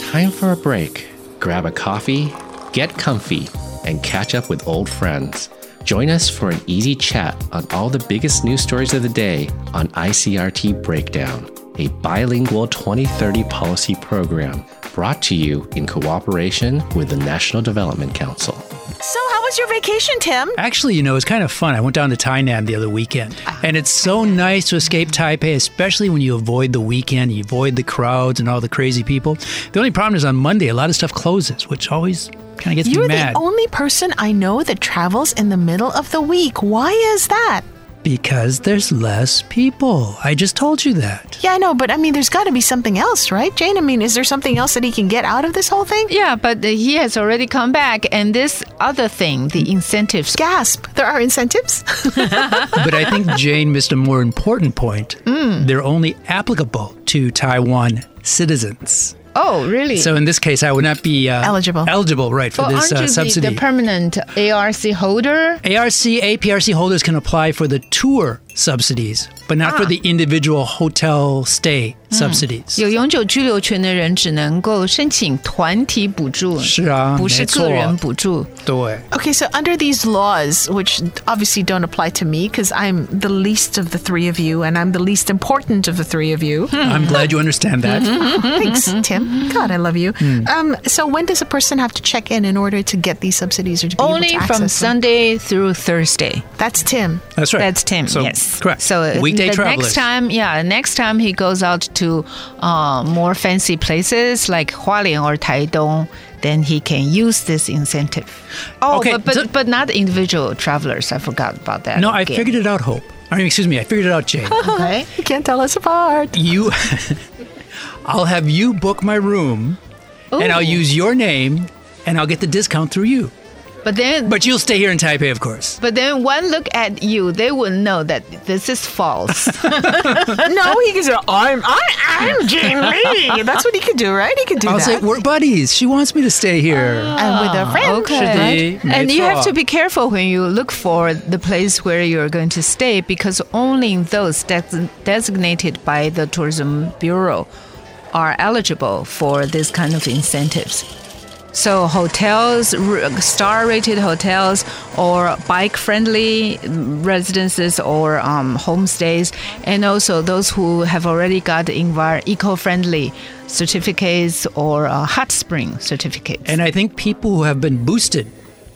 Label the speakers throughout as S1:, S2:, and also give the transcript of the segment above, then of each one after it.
S1: time for a break. Grab a coffee, get comfy, and catch up with old friends. Join us for an easy chat on all the biggest news stories of the day on ICRT Breakdown, a bilingual 2030 policy program brought to you in cooperation with the National Development Council.
S2: So, how was your vacation, Tim?
S3: Actually, you know, it's kind of fun. I went down to Tainan the other weekend, and it's so nice to escape Taipei, especially when you avoid the weekend, you avoid the crowds and all the crazy people. The only problem is on Monday, a lot of stuff closes, which always kind of gets
S2: You're
S3: me mad
S2: the only person I know that travels in the middle of the week. Why is that?
S3: because there's less people. I just told you that.
S2: Yeah, I know, but I mean, there's got to be something else, right, Jane? I mean, is there something else that he can get out of this whole thing?
S4: Yeah, but he has already come back, and this other thing, the incentives.
S2: Gasp! There are incentives?
S3: but I think Jane missed a more important point.
S4: Mm.
S3: They're only applicable to Taiwan citizens.
S4: Oh, really?
S3: So in this case, I would not be uh,
S2: Eligible.
S3: Eligible, right, for
S4: well,
S3: this
S4: aren't
S3: uh,
S4: you
S3: subsidy.
S4: the, the permanent ARC holder?
S3: ARC, APRC holders can apply for the tour subsidies, but not
S4: Ah.
S3: for the individual hotel stay
S4: Mm.
S3: subsidies.
S4: 有永久居留权的人只能够申请团体补助，
S3: 是啊
S4: 不是
S3: 没错
S4: 个人补助。
S3: 对，
S2: okay, so under these laws, which obviously don't apply to me because I'm the least of the three of you and I'm the least important of the three of you.
S4: Mm.
S3: I'm glad you understand that.
S4: Mm-hmm.
S2: Thanks, Tim. God, I love you. Um, so, when does a person have to check in in order to get these subsidies or to be able
S4: Only
S2: to access
S4: from
S2: them?
S4: Sunday through Thursday.
S2: That's Tim.
S3: That's right.
S4: That's Tim.
S3: So,
S4: yes,
S3: Correct.
S4: So uh,
S3: weekday
S4: the
S3: travelers.
S4: next time, yeah, next time he goes out to uh, more fancy places like Hualien or Taidong, then he can use this incentive. Oh,
S3: Okay,
S4: but but,
S3: so-
S4: but not individual travelers. I forgot about that.
S3: no, I
S4: again.
S3: figured it out, Hope. I mean, excuse me, I figured it out, Jane.
S4: Okay.
S2: You can't tell us apart.
S3: you, I'll have you book my room, and I'll
S4: Ooh.
S3: use your name, and I'll get the discount through you.
S4: But then, but,
S3: But you'll stay here in Taipei, of course.
S4: then one look at you, they will know that this is false.
S2: no, he can say, I'm, I, I'm Jane Lee. That's what he could do, right? He could do
S3: I'll
S2: that.
S3: say we're buddies. She wants me to stay here.
S4: Ah.
S2: and with a friend.
S3: Should they-
S4: And you
S3: Mitzvah.
S4: have to be careful when you look for the place where you're going to stay because only those des- designated by the tourism bureau are eligible for this kind of incentives. So hotels, r- star-rated hotels, or bike-friendly residences or um, homestays, and also those who have already got envir- eco-friendly certificates or uh, hot spring certificates.
S3: And I think people who have been boosted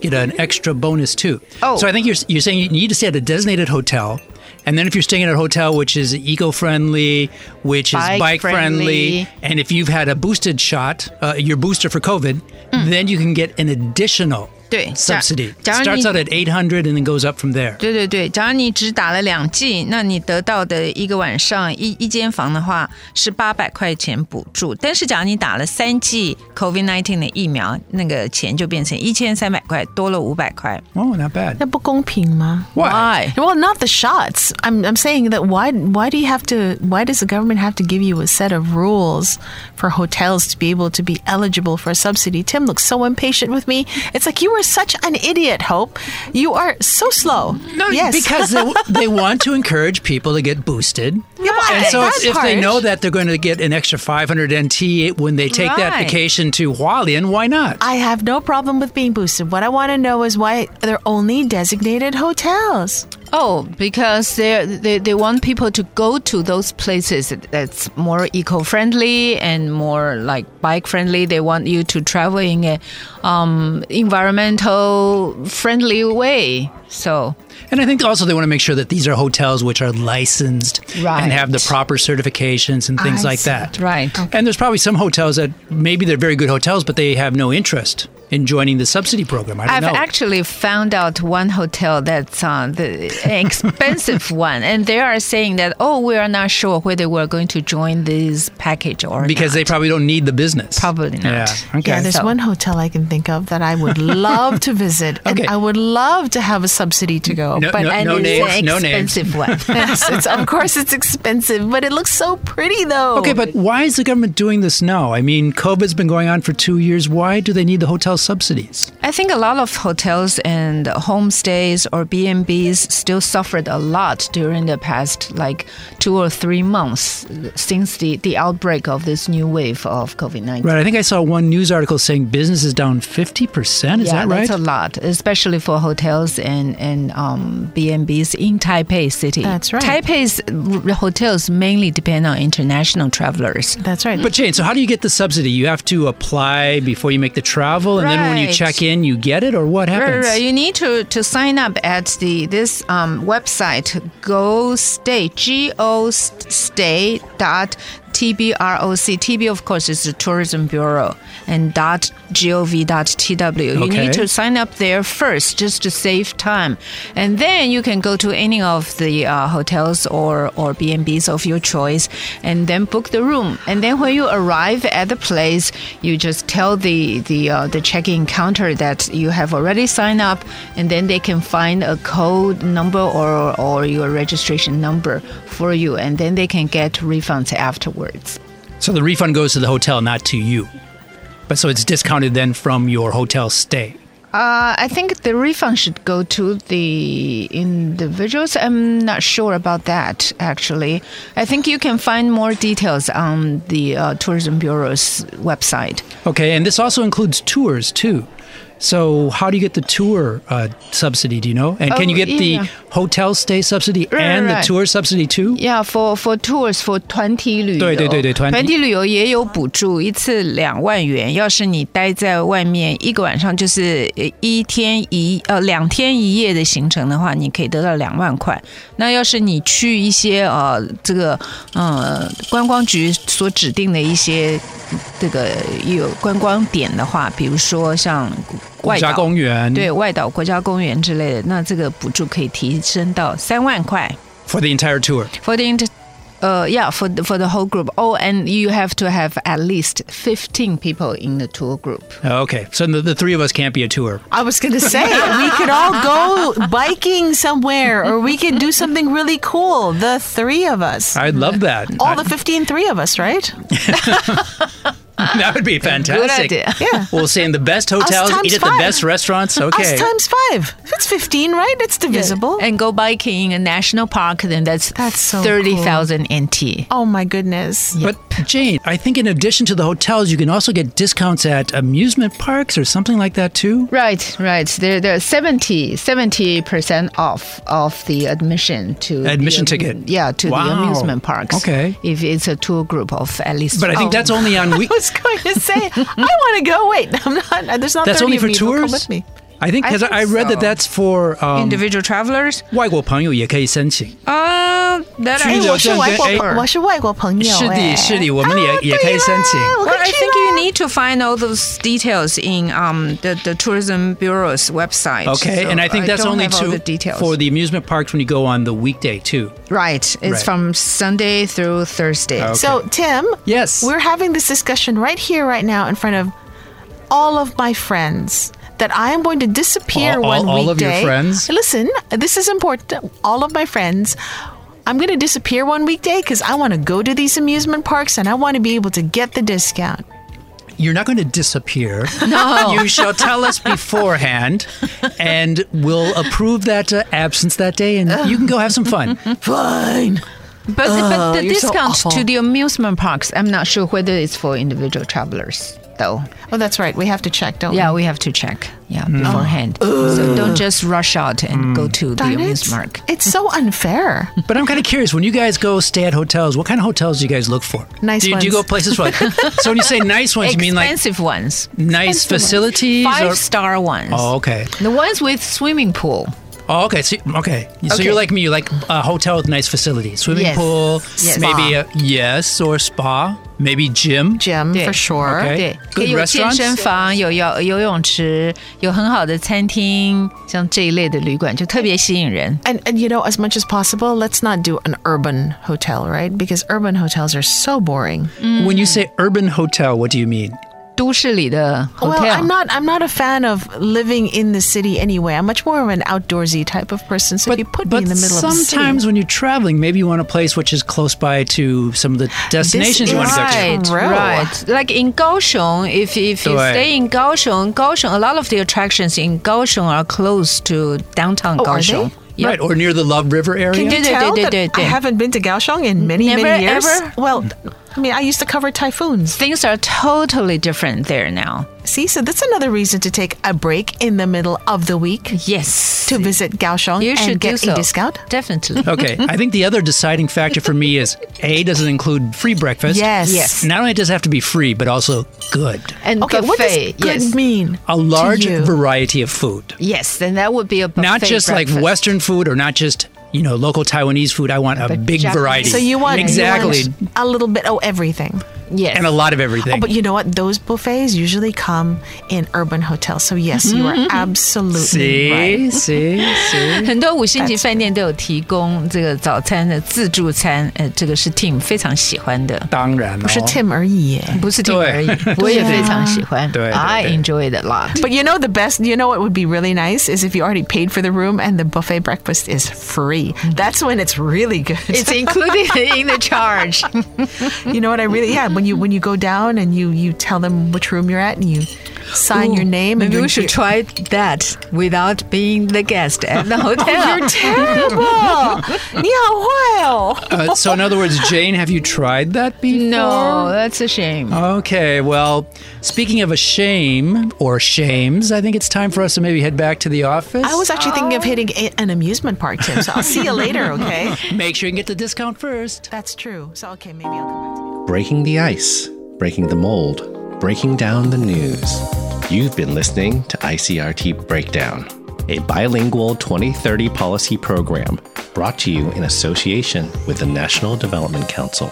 S3: get an extra bonus too.
S4: Oh.
S3: So I think you're, you're saying you need to stay at a designated hotel. And then if you're staying at a hotel which is eco friendly, which is
S4: Bike
S3: bike friendly,
S4: friendly.
S3: and if you've had a boosted shot, uh, your booster for COVID,
S4: Mm.
S3: then you can get an additional
S4: 对，假-
S3: subsidy.
S4: 假如
S3: Starts
S4: 你-
S3: out at 800 and then goes up from there.
S4: 对对对，假如你只打了两剂，那你得到的一个晚上一一间房的话是八百块钱补助，但是假如你打了三剂 COVID-19 的疫苗，那个钱就变成一千三百块，多了五百块。
S3: Oh, not bad.
S2: 那不公平吗？
S3: Why?
S2: Well, not the shots. I'm, I'm saying that why why do you have to why does the government have to give you a set of rules for hotels to be able to be eligible for a subsidy? Tim looks so impatient with me. It's like you are such an idiot, Hope. You are so slow.
S3: No,
S2: yes.
S3: because they, they want to encourage people to get boosted.
S2: Yeah, but I
S3: and
S2: think
S3: so
S2: that's
S3: if, if they
S2: harsh.
S3: know that they're going to get an extra 500 NT when they take that
S4: Right.
S3: vacation to Hualien, why not?
S2: I have no problem with being boosted. What I want to know is why they're only designated hotels.
S4: Oh, because they they they want people to go to those places that's more eco-friendly and more like bike-friendly. They want you to travel in a um, environmental-friendly way. So.
S3: and I think also they want to make sure that these are hotels which are licensed
S4: Right.
S3: and have the proper certifications and things
S2: I
S3: like
S2: see.
S3: that.
S4: Right.
S3: And there's probably some hotels that maybe they're very good hotels, but they have no interest in joining the subsidy program. I don't
S4: I've
S3: know.
S4: actually found out one hotel that's uh, the an expensive one, and they are saying that oh, we are not sure whether we're going to join this package or
S3: because they probably don't need the business.
S4: Probably not.
S3: Yeah. Okay.
S2: Yeah, there's
S4: so-
S2: one hotel I can think of that I would love to visit,
S3: Okay.
S2: and I would love to have a subsidy to go.
S3: No-
S2: but
S3: no-
S4: and
S3: no
S4: it's
S3: names,
S4: an
S3: no names.
S4: expensive one.
S2: yes, it's, of course it's expensive, but it looks so pretty though.
S3: Okay, but why is the government doing this now? I mean, COVID's been going on for two years. Why do they need the hotel hotel subsidies?
S4: I think a lot of hotels and homestays or B&Bs still suffered a lot during the past like two or three months since the, the outbreak of this new wave of COVID-19.
S3: Right. I think I saw one news article saying business is down 50%. Is that
S4: yeah,
S3: right?
S4: that's a lot, especially for hotels and and um, B&Bs in Taipei city.
S2: That's right.
S4: Taipei's r- hotels mainly depend on international travelers.
S2: That's right.
S3: But Jane, so how do you get the subsidy? You have to apply before you make the travel, and then when you
S4: Right.
S3: check in, you get it, or what
S4: Right,
S3: happens?
S4: right. You need to, to sign up at the this um, website go stay g o stay dot t b r o c t b of course is the tourism bureau and dot gov dot tw. You
S3: Okay.
S4: need to sign up there first just to save time, and then you can go to any of the uh, hotels or or B and B's of your choice, and then book the room. And then when you arrive at the place, you just tell the the uh, the check-in counter that you have already signed up, and then they can find a code number or or your registration number for you, and then they can get refunds afterwards.
S3: So the refund goes to the hotel, not to you. But so it's discounted then from your hotel stay.
S4: Uh, I think the refund should go to the individuals. I'm not sure about that, actually. I think you can find more details on the uh, Tourism Bureau's website.
S3: Okay, and this also includes tours too. So how do you get the tour uh, subsidy? Do you know? And can
S4: Oh,
S3: you get
S4: yeah.
S3: the hotel stay subsidy
S4: Right,
S3: and
S4: right.
S3: the tour subsidy too?
S4: Yeah, for for tours for 团体旅游，
S3: 对对对对团体
S4: 团体旅游也有补助，一次两万元。要是你待在外面一个晚上，就是呃一天一呃两天一夜的行程的话，你可以得到两万块。那要是你去一些呃这个呃观光局所指定的一些这个有观光点的话，比如说像
S3: 国
S4: 外
S3: 家
S4: 岛
S3: 公园
S4: 对外岛国家公园之类的，那这个补助可以提升到三万块。
S3: for the entire tour.
S4: for the inter- uh, yeah for the, for the whole group oh and you have to have at least 15 people in the tour group
S3: Oh, Okay, so the, the three of us can't be a tour.
S2: I was going to say we could all go biking somewhere or we could do something really cool. The three of us.
S3: I'd love that.
S4: Mm-hmm.
S2: all the 15 three of us, right?
S3: that would be fantastic.
S4: idea.
S2: Yeah.
S3: We'll stay in the best hotels,
S2: times
S3: eat at the
S2: five.
S3: best restaurants. Okay.
S2: Us times five. That's 15, right? It's divisible.
S4: and go biking in a national park then that's
S2: That's so
S4: 30000 nt
S2: oh my goodness.
S3: But Jane, I think in addition to the hotels, you can also get discounts at amusement parks or something like that too.
S4: Right, right. There, there are 70 percent off of the admission to the
S3: Admission
S4: amu-
S3: ticket.
S4: Yeah, to
S3: Wow.
S4: the amusement parks.
S3: Okay.
S4: if it's a tour group of at least.
S3: But I think
S4: Oh.
S3: that's only on week.
S2: I was going to say, I want to go. Wait, I'm not. There's not
S3: That's
S2: 30
S3: only
S2: of
S3: for
S2: me, but come
S3: tours.
S2: with me.
S3: I think
S4: I
S3: because I,
S4: think
S3: I read that
S4: so.
S3: that's for um,
S4: individual travelers.
S3: 外国朋友也可以申请。
S4: Uh, that
S3: Hey,
S4: I
S3: 去我
S2: 我
S3: what's
S2: 是
S3: that
S2: 外
S3: good?
S2: 国
S3: Hey.
S2: 朋，我是外国朋友。哎
S3: 是的，是的，我们也-
S2: 啊
S3: 也可以申请。
S2: 对啦我
S4: Well,
S2: 可
S4: I
S2: 以去
S4: think
S2: 啦
S4: you need to find all those details in um, the, the tourism bureau's website.
S3: Okay,
S4: So
S3: and I think that's
S4: don't
S3: only
S4: have all
S3: two
S4: the details.
S3: for the amusement parks when you go on the weekday too.
S4: right. It's
S3: Right. Oh.
S4: from Sunday through Thursday.
S2: So, Tim,
S3: Yes.
S2: we're having this discussion right here, right now, in front of all of my friends. That I am going to disappear
S3: All- all-
S2: one
S3: all of your
S2: weekday.
S3: friends?
S2: Listen, this is important. All of my friends. I'm going to disappear one weekday because I want to go to these amusement parks and I want to be able to get the discount.
S3: You're not going to disappear. No. You shall tell us beforehand, and we'll approve that uh, absence that day, and you can go have some fun.
S2: Fine.
S4: But, but the
S2: you're so
S4: discount
S2: awful.
S4: to the amusement parks, I'm not sure whether it's for individual travelers, though. Mm.
S2: Oh, that's right. We have to check, don't
S4: Yeah, we have to check yeah,
S3: Mm.
S4: beforehand. So don't just rush out and go to
S2: we?
S4: the
S2: Darn it.
S4: amusement park.
S2: It's so unfair.
S3: But I'm kind of curious when you guys go stay at hotels, what kind of hotels do you guys look for?
S2: Nice
S3: do, Do you
S2: ones.
S3: go places for like, so when you say nice ones, you mean like
S4: Expensive ones,
S3: nice facilities?
S4: five
S3: or,
S4: star ones,
S3: oh, okay.
S4: the ones with swimming pool.
S3: Oh, okay. So, okay. So
S4: Okay.
S3: you're like me. You like a hotel with nice facilities, swimming
S4: Yes.
S3: pool,
S4: Yes.
S3: maybe a, yes or spa, maybe gym.
S2: Jim,
S4: Yeah.
S2: for sure.
S3: Okay.
S4: 对，可
S3: Good
S4: 以有健
S3: restaurants?
S4: 身房，有游游泳池，有很好的餐厅，像这一类的旅馆就特别吸引人。
S2: And, and you know, as much as possible, let's not do an urban
S4: Mm.
S2: hotel, right? Because urban hotels are so boring.
S3: When you say urban hotel, what do you mean?
S4: 都市里的 hotel。
S2: Well, I'm not. I'm not a fan of living in the city anyway. I'm much more of an outdoorsy type of person. So if you put me in the middle of the city,
S3: sometimes when you're traveling, maybe you want a place which is close by to some of the destinations you want to go to.
S4: right,
S2: True.
S4: Right. Like in Kaohsiung, if, if you
S3: Right.
S4: stay in Kaohsiung, Kaohsiung, a lot of the attractions in Kaohsiung are close to downtown
S2: Oh, are
S4: Kaohsiung.
S2: they?
S4: Yeah.
S3: Right, or near the Love River area.
S2: Can you
S4: Yeah, yeah,
S2: tell
S4: yeah,
S2: that
S4: yeah,
S2: I
S4: yeah.
S2: haven't been to Kaohsiung in many,
S4: Never,
S2: many years?
S4: ever?
S2: Well, I mean, I used to cover typhoons.
S4: Things are totally different there now.
S2: See, so that's another reason to take a break in the middle of the week
S4: Yes.
S2: to visit Kaohsiung
S4: you
S2: and
S4: should
S2: get
S4: do so.
S2: a discount.
S4: Definitely.
S3: okay, I think the other deciding factor for me is A, does it include free breakfast?
S2: Yes.
S4: Yes.
S3: Not only does it have to be free, but also good.
S4: And
S2: Okay,
S4: buffet.
S2: what does good
S4: yes.
S2: mean?
S3: A large
S2: to you?
S3: variety of food.
S4: Yes, then that would be a buffet
S3: Not just
S4: breakfast.
S3: like Western food or not just, you know, local Taiwanese food. I want a
S4: But
S3: big
S4: Japanese.
S3: variety.
S2: So you want you
S3: Exactly.
S2: want a little bit of everything.
S4: Yes.
S3: and a lot of everything.
S2: Oh, But you know what? Those buffets usually come in urban hotels. So yes, you are
S4: Mm-hmm.
S2: absolutely
S3: see,
S2: right.
S3: see, see.
S4: 很多五星级饭店都有提供这个早餐的自助餐，呃，这个是 Tim 非常喜欢的，
S3: 当然
S2: 不是 Tim 而已耶。
S4: 不是 Tim
S3: 对
S4: 而已，我也非常喜欢
S3: 对对对
S4: ，I enjoy it a lot。
S2: But you know the best. You know what would be really nice is if you already paid for the room and the buffet breakfast is free. That's when it's really good.
S4: It's included in the charge.
S2: you know what I really yeah. When you when you go down and you you tell them which room you're at and you sign your name. and
S4: Maybe
S2: your-
S4: we should try that without being the guest at the hotel.
S2: You're terrible. 你好坏哦。
S3: Uh, so, in other words, Jane, have you tried that before?
S4: no, that's a shame.
S3: Okay, well, speaking of a shame or shames, I think it's time for us to maybe head back to the office.
S2: I was actually thinking of hitting a, an amusement park, Tim. So I'll see you later. Okay.
S3: Make sure you get the discount first.
S2: That's true. So okay, maybe I'll come back to you.
S1: breaking the ice, breaking the mold, breaking down the news. You've been listening to ICRT Breakdown, a bilingual 2030 policy program brought to you in association with the National Development Council.